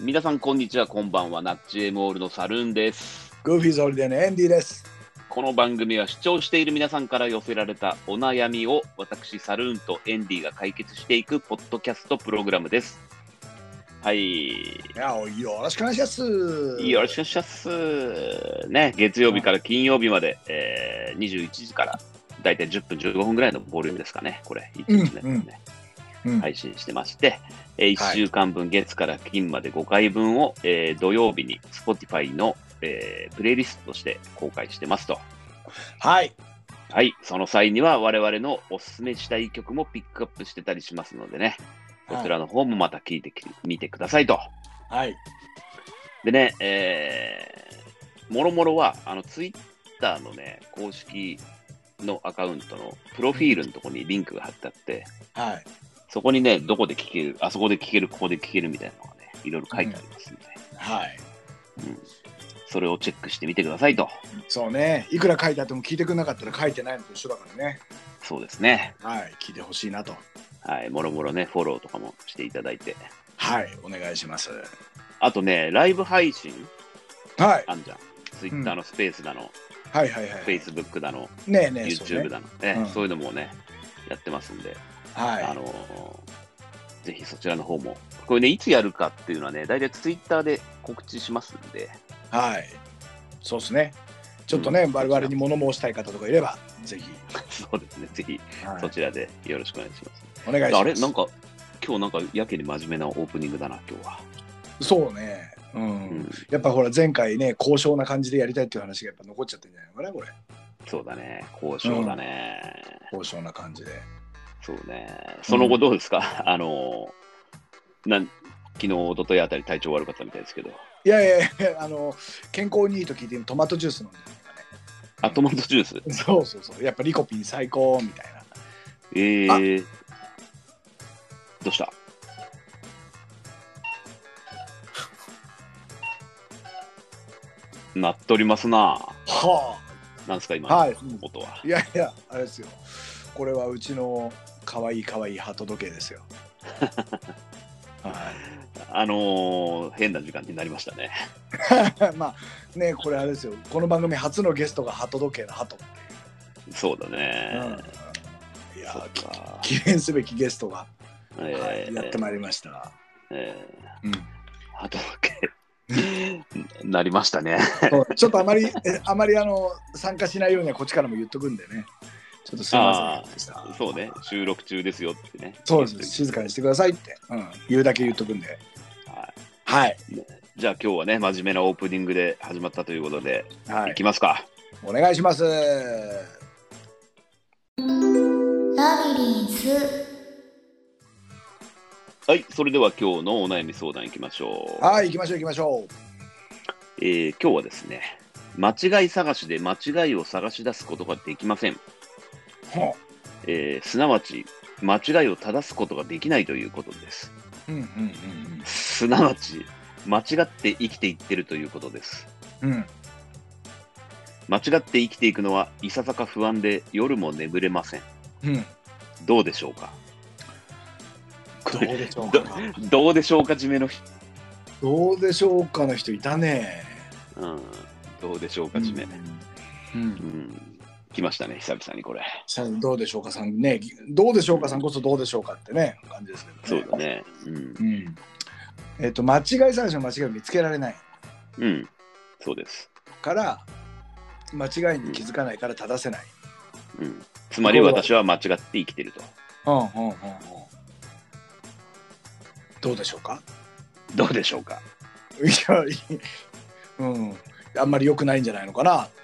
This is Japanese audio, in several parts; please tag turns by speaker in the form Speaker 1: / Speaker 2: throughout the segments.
Speaker 1: 皆さん、こんにちは、こんばんは。ナッチエムオールのサルーンです。
Speaker 2: グーフィーズオリデンのエンディです。
Speaker 1: この番組は視聴している皆さんから寄せられたお悩みを私、サルーンとエンディが解決していくポッドキャストプログラムです。はい。
Speaker 2: いや、よろしくお願いします。
Speaker 1: よろしくお願いします。ね、月曜日から金曜日まで、えー、21時から、だいたい10分、15分ぐらいのボリュームですかね、これ、一日ね、
Speaker 2: うんうんうん
Speaker 1: 配信してまして、え1週間分、月から金まで5回分を、えー土曜日に Spotify の、えープレイリストとして公開してますと。
Speaker 2: はい。
Speaker 1: はい、その際には我々のおすすめしたい曲もピックアップしてたりしますのでね、こちらの方もまた聞いてきみてくださいと。
Speaker 2: はい。
Speaker 1: でね、えー、もろもろは、あの、ツイッターのね、公式のアカウントのプロフィールのとこにリンクが貼ってあって、
Speaker 2: はい。
Speaker 1: そこにね、どこで聞ける、あそこで聞ける、ここで聞けるみたいなのがね、いろいろ書いてありますんで、
Speaker 2: はい。
Speaker 1: それをチェックしてみてくださいと。
Speaker 2: そうね。いくら書いてあっても聞いてくれなかったら書いてないのと一緒だからね。
Speaker 1: そうですね。
Speaker 2: はい。聞いてほしいなと。
Speaker 1: はい、もろもろね、フォローとかもしていただいて。
Speaker 2: はい。お願いします。
Speaker 1: あとね、ライブ配信
Speaker 2: はい。
Speaker 1: あんじゃん。ツイッターのスペースだの、
Speaker 2: はいはいは
Speaker 1: フェイ
Speaker 2: い。
Speaker 1: スブックだの、
Speaker 2: ねえねえ、そう
Speaker 1: YouTube
Speaker 2: ね。
Speaker 1: だの、ね
Speaker 2: うん
Speaker 1: そういうのもね、やってますんで、あ
Speaker 2: は
Speaker 1: のーぜひそちらの方も、これね、いつやるかっていうのはね、大体ツイッターで告知しますんで、
Speaker 2: い。はい。そうですね。ちょっとね、
Speaker 1: うん
Speaker 2: 我々に物申したい方とかいれば、ぜひ、
Speaker 1: そうですね、ぜひ
Speaker 2: はい
Speaker 1: そちらでよろしくお願いします。
Speaker 2: お願いします。
Speaker 1: あれ、なんか、今日なんかやけに真面目なオープニングだな、今日は。
Speaker 2: そうね。う。
Speaker 1: うんん、
Speaker 2: やっぱほら、前回ね、高尚な感じでやりたいっていう話がやっぱ残っちゃってんじゃないのかな、これ。
Speaker 1: そうだね、交渉だね、
Speaker 2: 高尚な感じで。
Speaker 1: そうね、その後どうですか、 あのーなん昨日、一昨日あたり体調悪かったみたいですけど、
Speaker 2: いやいやいや、あの、健康にいいと聞いて、トマトジュース飲んでるとか
Speaker 1: あ、トマトジュース。
Speaker 2: ね。 そうそうそう、やっぱリコピン最高みたいな。
Speaker 1: えー、どう したなっておりますな。
Speaker 2: は
Speaker 1: なんすか、今
Speaker 2: あ、はい。
Speaker 1: のことは。
Speaker 2: いやいや、あれですよ。これはうちの可愛い可愛い鳩時計 ですよ。は
Speaker 1: あのー、変な時間になりましたね。
Speaker 2: い。 まあ、ね、これあれですよ。この番組初のゲストが鳩時計の鳩ってい
Speaker 1: そうだ
Speaker 2: う。
Speaker 1: ね。
Speaker 2: うん、い
Speaker 1: そ
Speaker 2: や
Speaker 1: っ、か。
Speaker 2: 記念すべきゲストが、
Speaker 1: え
Speaker 2: はいやってまいりました。
Speaker 1: えー
Speaker 2: うん
Speaker 1: あとだけ。 なりましたね。
Speaker 2: そうちょっとあまり、えあまりあの参加しないようにはこっちからも言っとくんでね。ちょっとすいませんでした。
Speaker 1: そうね、収録中ですよってね。
Speaker 2: そうです。静かにしてくださいって、うん、言うだけ言っとくんで。
Speaker 1: は
Speaker 2: はい。
Speaker 1: い。じゃあ今日はね、真面目なオープニングで始まったということで、、
Speaker 2: はいい
Speaker 1: き。ますか。
Speaker 2: お願いします。
Speaker 3: ラビリンス
Speaker 1: はい、それでは今日のお悩み相談いきましょう。
Speaker 2: はい、行きましょう行きましょ
Speaker 1: えー今日はですね、間違い探しで間違いを探し出すことができません。
Speaker 2: う。ほ
Speaker 1: えーすなわち、間違いを正すことができないということです。
Speaker 2: う。うん
Speaker 1: すなわち、間違って生きていってるということです。
Speaker 2: うんうん。うん。
Speaker 1: 間違って生きていくのはいささか不安で夜も眠れません。
Speaker 2: うん。
Speaker 1: どうでしょうか
Speaker 2: どうでしょう
Speaker 1: ど
Speaker 2: か。
Speaker 1: どうでしょうか、締めの日。
Speaker 2: どうでしょうかの人いたね。
Speaker 1: うん、どうでしょうか、締め。
Speaker 2: う。
Speaker 1: うんん、来ましたね、久々にこれ。
Speaker 2: さんどうでしょうかさんね。どうでしょうかさんこそどうでしょうかってね。感じですけどね。
Speaker 1: そうだ。ね。うん
Speaker 2: うん。えっ、と、間違い探しの間違いを見つけられない
Speaker 1: うん、そうです。
Speaker 2: から、間違いに気づかないから正せない。
Speaker 1: うん、つまり私は間違って生きてると。
Speaker 2: うんうんうんうん。どうでしょうか
Speaker 1: どうでしょうか
Speaker 2: いや、いいうん。あんまり良くないんじゃないのかなって。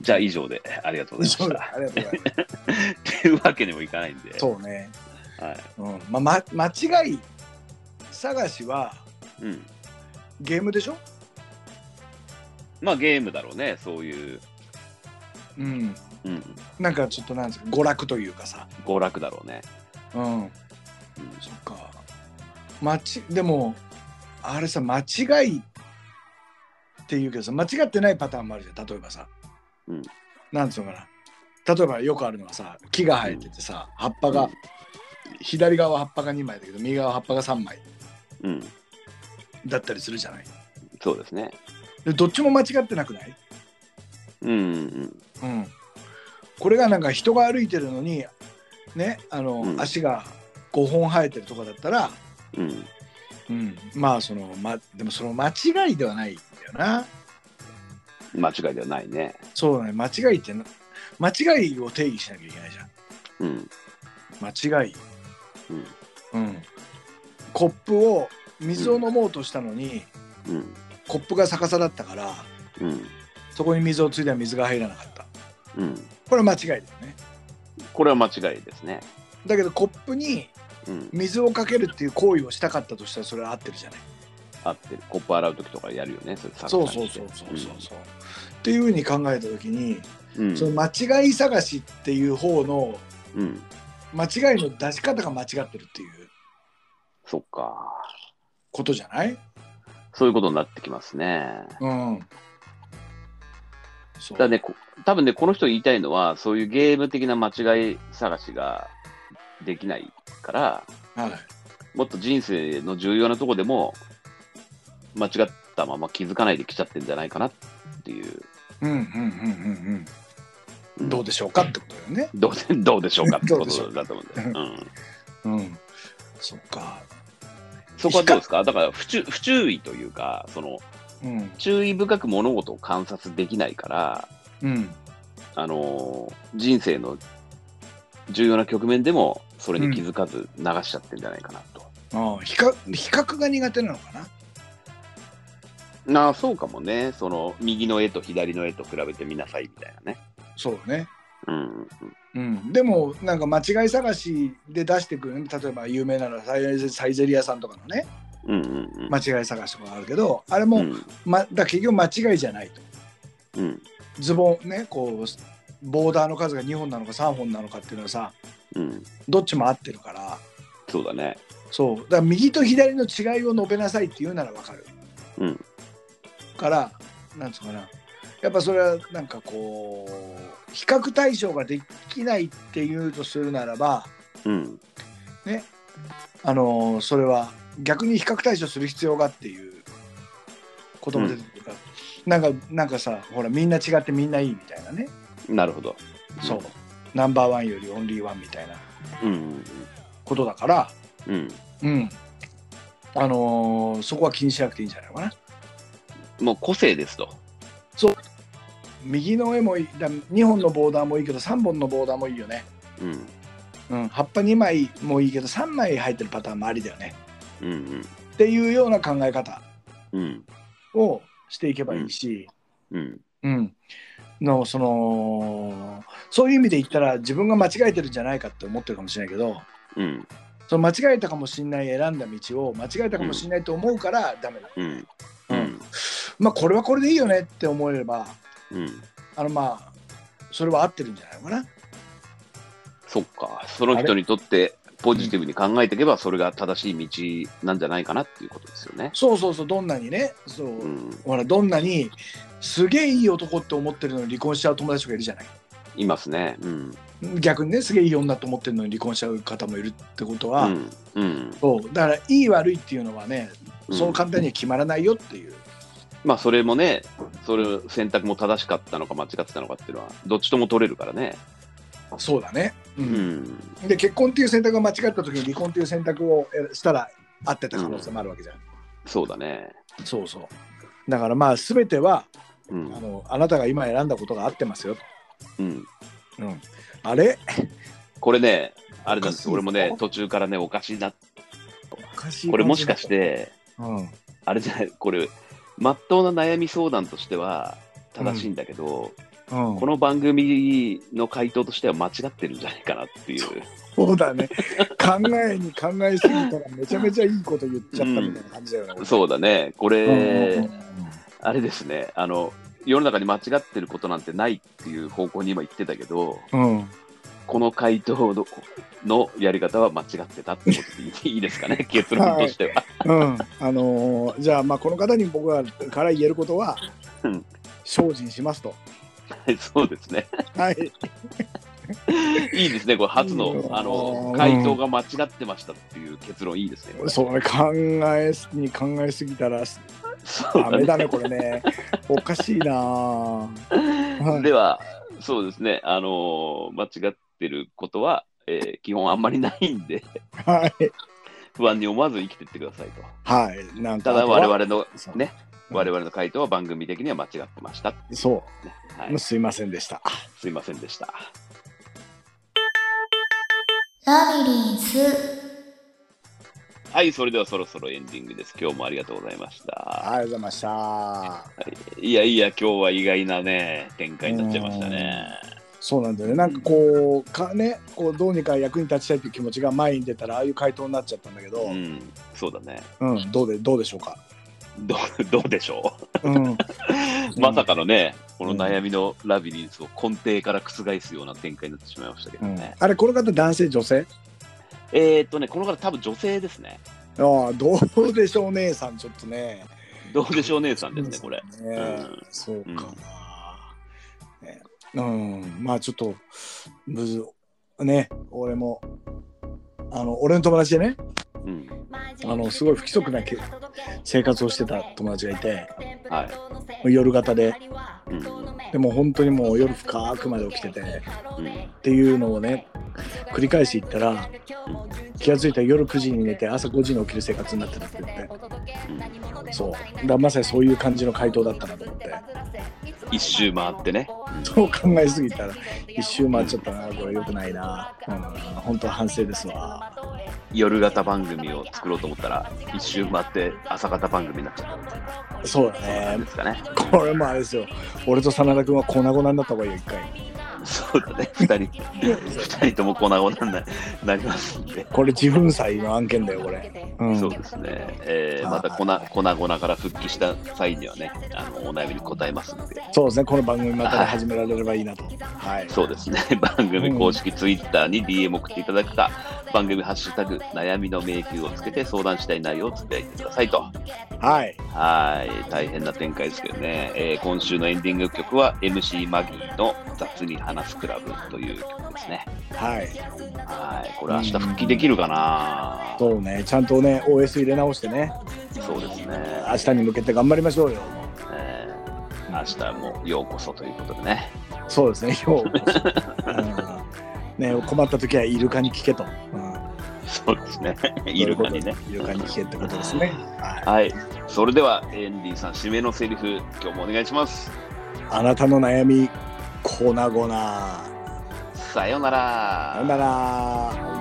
Speaker 1: じゃあ以上でありがとうございま
Speaker 2: そう
Speaker 1: した。
Speaker 2: だ。ありがとうございま
Speaker 1: っていうわけにもいかないんで。
Speaker 2: す。そうね。
Speaker 1: はい
Speaker 2: うん。まあ、ま、間違い探しは
Speaker 1: うん、
Speaker 2: ゲームでしょ
Speaker 1: まあゲームだろうね、そういう、
Speaker 2: うん。
Speaker 1: うん、
Speaker 2: なんかちょっとなんですか、娯楽というかさ。
Speaker 1: 娯楽だろうね。
Speaker 2: うん。
Speaker 1: うん
Speaker 2: そっか。間ちでもあれさ間違いって言うけどさ間違ってないパターンもあるじゃん例えばさ、
Speaker 1: うん
Speaker 2: なんつうのかな例えばよくあるのはさ木が生えててさ葉っぱが、
Speaker 1: うん
Speaker 2: 左側は葉っぱが2枚だけど右側は葉っぱが3枚
Speaker 1: うん、
Speaker 2: だったりするじゃない
Speaker 1: そうですね。
Speaker 2: でどっちも間違ってなくない、
Speaker 1: うんうん
Speaker 2: うん、これがなんか人が歩いてるのにねあの、
Speaker 1: うん
Speaker 2: 足が5本生えてるとかだったら、
Speaker 1: うん。うん。
Speaker 2: うん、まあその、ま、でもその間違いではないんだよな
Speaker 1: 間違いではないね。
Speaker 2: そうだね間違いってな間違いを定義しなきゃいけないじゃん
Speaker 1: うん。
Speaker 2: 間違い、
Speaker 1: うん。
Speaker 2: うん、コップを水を飲もうとしたのに、
Speaker 1: うん。
Speaker 2: コップが逆さだったから
Speaker 1: うん。
Speaker 2: そこに水をついたら水が入らなかった
Speaker 1: うん。
Speaker 2: これは間違いだよね
Speaker 1: これは間違いですね。
Speaker 2: だけどコップに
Speaker 1: うん。
Speaker 2: 水をかけるっていう行為をしたかったとしたらそれは合ってるじゃない
Speaker 1: 合ってる。コップ洗う時とかやるよね。それ探
Speaker 2: そう
Speaker 1: し
Speaker 2: そ
Speaker 1: に
Speaker 2: う
Speaker 1: 来て
Speaker 2: そうそうそうそう、っていうふうに考えた時に、
Speaker 1: うん。
Speaker 2: その間違い探しっていう方の
Speaker 1: うん。うん
Speaker 2: 間違いの出し方が間違ってるっていう
Speaker 1: そっか。
Speaker 2: ことじゃない
Speaker 1: そういうことになってきますね。
Speaker 2: うんそ
Speaker 1: だ
Speaker 2: う
Speaker 1: からね、こ多分ね、この人言いたいのは、そういうゲーム的な間違い探しができないから、
Speaker 2: はい、
Speaker 1: もっと人生の重要なとこでも、間違ったまま気づかないで来ちゃってんじゃないかなっていう。
Speaker 2: うんうんうんうん
Speaker 1: う
Speaker 2: うんんどうでしょうかってことだよね
Speaker 1: どうでどうでしょうかってこ
Speaker 2: どうでしょ
Speaker 1: と
Speaker 2: う
Speaker 1: だと思うんで。うん、
Speaker 2: うんそっか
Speaker 1: そこはどうですかだから不注、不注意というか、その、
Speaker 2: うん
Speaker 1: 注意深く物事を観察できないから、
Speaker 2: うん
Speaker 1: あのー人生の重要な局面でも、それに気づかず流しちゃってんじゃないかなと。
Speaker 2: ああ比較比較が苦手なのかな
Speaker 1: なあそうかもね、その右の絵と左の絵と比べてみなさいみたいなね。
Speaker 2: そうね
Speaker 1: うん、
Speaker 2: うん、でもなんか間違い探しで出してくる例えば有名なのはサイサイゼリアさんとかのね
Speaker 1: うん、うん、うん。
Speaker 2: 間違い探しとかあるけどあれ
Speaker 1: う
Speaker 2: も、
Speaker 1: ん、
Speaker 2: ま、だから結局間違いじゃないと
Speaker 1: うん、
Speaker 2: ズボンねこうボーダーの数が2本なのか3本なのかっていうのはさ
Speaker 1: うん。
Speaker 2: どっちも合ってるから
Speaker 1: そうだね。
Speaker 2: そうだから右と左の違いを述べなさいって言うならわかる、
Speaker 1: うん、
Speaker 2: からなんつうかなやっぱそれはなんかこう比較対象ができないっていうとするならば
Speaker 1: うん、
Speaker 2: あのーそれは逆に比較対象する必要がっていうことも出てくるから、なんかなんかさほらみんな違ってみんないいみたいなね、
Speaker 1: なるほど。
Speaker 2: そうナンバーワンよりオンリーワンみたいな
Speaker 1: うん、
Speaker 2: ことだから
Speaker 1: うん、うん。
Speaker 2: うんあのーそこは気にしなくていいんじゃないのかな
Speaker 1: もう個性ですと。
Speaker 2: 右の絵もいいだ2本のボーダーもいいけど3本のボーダーもいいよね、
Speaker 1: うん、
Speaker 2: うん、葉っぱ2枚もいいけど3枚入ってるパターンもありだよね
Speaker 1: うん、
Speaker 2: っていうような考え方
Speaker 1: うん、うん、
Speaker 2: をしていけばいいし、
Speaker 1: うん、
Speaker 2: うん、のそのそういう意味で言ったら自分が間違えてるんじゃないかって思ってるかもしれないけど
Speaker 1: うん、
Speaker 2: その間違えたかもしれない選んだ道を間違えたかもしれないと思うからダメだ、
Speaker 1: うん、
Speaker 2: う
Speaker 1: うんん、
Speaker 2: まあこれはこれでいいよねって思えれば
Speaker 1: うん。
Speaker 2: あのまあそれは合ってるんじゃないのかな
Speaker 1: そっか。その人にとってポジティブに考えていけば、それが正しい道なんじゃないかなっていうことですよね。
Speaker 2: そうそうそうどんなにねそう、
Speaker 1: うん、
Speaker 2: ほらどんなにすげえいい男って思ってるのに離婚しちゃう友達とかいるじゃない
Speaker 1: いますね。うん、
Speaker 2: 逆にねすげえいい女と思ってるのに離婚しちゃう方もいるってことは、
Speaker 1: うん、うん。
Speaker 2: そうだからいい悪いっていうのはね
Speaker 1: うん
Speaker 2: そう簡単には決まらないよっていう、
Speaker 1: まあそれもね、それ選択も正しかったのか間違ってたのかっていうのは、どっちとも取れるからね。
Speaker 2: そうだね、う
Speaker 1: うんん。
Speaker 2: で結婚っていう選択が間違った時に離婚っていう選択をえしたら合ってた可能性もあるわけじゃん、
Speaker 1: そうだね。
Speaker 2: そうそうだからまあ全ては
Speaker 1: う
Speaker 2: あ
Speaker 1: ん。
Speaker 2: のあなたが今選んだことが合ってますよ、
Speaker 1: うん。
Speaker 2: うん、あれ
Speaker 1: これね、あれなんです。
Speaker 2: おかしいぞ
Speaker 1: 俺もね、途中からね、おかしいな。
Speaker 2: おかしい
Speaker 1: これもしかし、て、
Speaker 2: うん、
Speaker 1: あれじゃない、これ、まっとうな悩み相談としては正しいんだけど、こ
Speaker 2: こ
Speaker 1: の番組の回答としては間違ってるんじゃないかなっていう。
Speaker 2: そうだね考えに考えすぎたらめちゃめちゃいいこと言っちゃったみたいな感じだよね、
Speaker 1: そうだね。これ、
Speaker 2: うんうん
Speaker 1: あれですね。あの、世の中に間違ってることなんてないっていう方向に今言ってたけど、
Speaker 2: うんうん
Speaker 1: この回答ののやり方は間違ってたってことでいいいいですかね、 結論としては。
Speaker 2: うん、あのーじゃあまあこの方に僕がから言えることは
Speaker 1: うん
Speaker 2: 精進しますと
Speaker 1: はい、そうですね。
Speaker 2: はい
Speaker 1: いいですね、これ初
Speaker 2: いい
Speaker 1: の
Speaker 2: よ
Speaker 1: あの
Speaker 2: うん
Speaker 1: 回答が間違ってましたっていう結論いいですね。
Speaker 2: そうね考えすに考えすぎたら
Speaker 1: そう
Speaker 2: ダ
Speaker 1: だ
Speaker 2: メ
Speaker 1: ね
Speaker 2: だねこれねおかしいなあはい
Speaker 1: では、そうですね、あのー間違ってることは、えー基本あんまりないんで、
Speaker 2: はい
Speaker 1: 不安に思わず生きてってくださいと。
Speaker 2: はいなん
Speaker 1: た
Speaker 2: か
Speaker 1: だ、我々の
Speaker 2: そう
Speaker 1: ね、
Speaker 2: うん
Speaker 1: 我々の回答は番組的には間違ってました。
Speaker 2: そ
Speaker 1: は
Speaker 2: うもう
Speaker 1: い、
Speaker 2: すいませんでした
Speaker 1: すいませんでした。
Speaker 3: ラビリンス
Speaker 1: はい、それではそろそろエンディングです。今日もありがとうございました。
Speaker 2: ありがとうございました
Speaker 1: いやいや、今日は意外なね、展開になっちゃいましたね。
Speaker 2: そうなんだよねなんかこうかねこうどうにか役に立ちたいという気持ちが前に出たらああいう回答になっちゃったんだけど、
Speaker 1: う
Speaker 2: うん
Speaker 1: ん、そうだね。
Speaker 2: どうでどうでしょう か、
Speaker 1: どう どうでしょ
Speaker 2: うん、
Speaker 1: うまさかのね、この悩みのラビリンスを根底から覆すような展開になってしまいましたけど
Speaker 2: うん
Speaker 1: ね。
Speaker 2: あれこの方男性女性
Speaker 1: えー、っとね、この方、多分女性ですね。
Speaker 2: ああどうでしょう姉さんちょっとね
Speaker 1: どうでしょう、姉さんですね、これ。
Speaker 2: ね
Speaker 1: うん
Speaker 2: そうかな、ねうんまあちょっとむずね俺もあの俺の友達でね
Speaker 1: うん、
Speaker 4: あのすごい不規則なけ生活をしてた友達がいて、
Speaker 1: はい
Speaker 4: もう夜型で、
Speaker 1: うん
Speaker 4: でも本当にもう夜深くまで起きてて、
Speaker 1: うん
Speaker 4: っていうのをね繰り返していったら、気が付いたら夜9時に寝て朝5時に起きる生活になってたって言って、そだか
Speaker 1: う
Speaker 2: そううだからら
Speaker 4: ま
Speaker 2: ま
Speaker 4: さに
Speaker 2: さに
Speaker 4: そ
Speaker 2: そうう
Speaker 4: い
Speaker 2: いうう
Speaker 4: 感
Speaker 2: 感
Speaker 4: じ
Speaker 2: じ
Speaker 4: の
Speaker 2: の
Speaker 4: 回
Speaker 2: 回
Speaker 4: 答
Speaker 2: 答
Speaker 4: だ
Speaker 2: だ
Speaker 4: っ
Speaker 2: ったた
Speaker 4: な
Speaker 2: な
Speaker 4: と
Speaker 2: と
Speaker 4: 思
Speaker 2: 思
Speaker 4: っ
Speaker 2: ってて
Speaker 1: 一周回ってね。
Speaker 2: そう考えすぎたら一周回っちゃったなこれよくないな、うん、本当は反省ですわ
Speaker 1: 夜型番組を作ろうと思ったら、一周回って朝型番組になっちゃったみたいな。
Speaker 2: そう
Speaker 1: そうな
Speaker 2: だ
Speaker 1: ん
Speaker 2: ね
Speaker 1: ですかね。
Speaker 2: これもあれですよ俺と真田君は粉々になった方がいいよ一回
Speaker 1: そうだね、二人、二人とも粉々にななりますんで。
Speaker 2: これ自粉祭の案件だよこれ、うん、
Speaker 1: そうですね、えー、また粉粉々から復帰した際にはね、あのお悩みに答えますので、
Speaker 2: そうですねこの番組また始められればいいなとはい
Speaker 1: そうですね、 番組公式ツイッターに DM 送っていただくか、番組ハッシュタグ、悩みの迷宮をつけて相談したい内容をつぶやいてくださいと。
Speaker 2: はい
Speaker 1: はい、大変な展開ですけどね、えー今週のエンディング曲は MC マギーの雑に話すクラブという曲ですね。
Speaker 2: はい
Speaker 1: はい、これ明日復帰できるかな
Speaker 2: そうねちゃんとね OS 入れ直してね
Speaker 1: そうですね。
Speaker 2: 明日に向けて頑張りましょうよ
Speaker 1: えー明日もようこそということでね。
Speaker 2: そうですねよう、うん、ね困った時はイルカに聞けと、うん、
Speaker 1: そうです ね。イルカにね。
Speaker 2: イルカに聞けってことですねはい
Speaker 1: はい。それでは、エンディさん、締めのセリフ、今日もお願いします。
Speaker 2: あなたの悩み粉々さ
Speaker 1: さようなら。
Speaker 2: よなら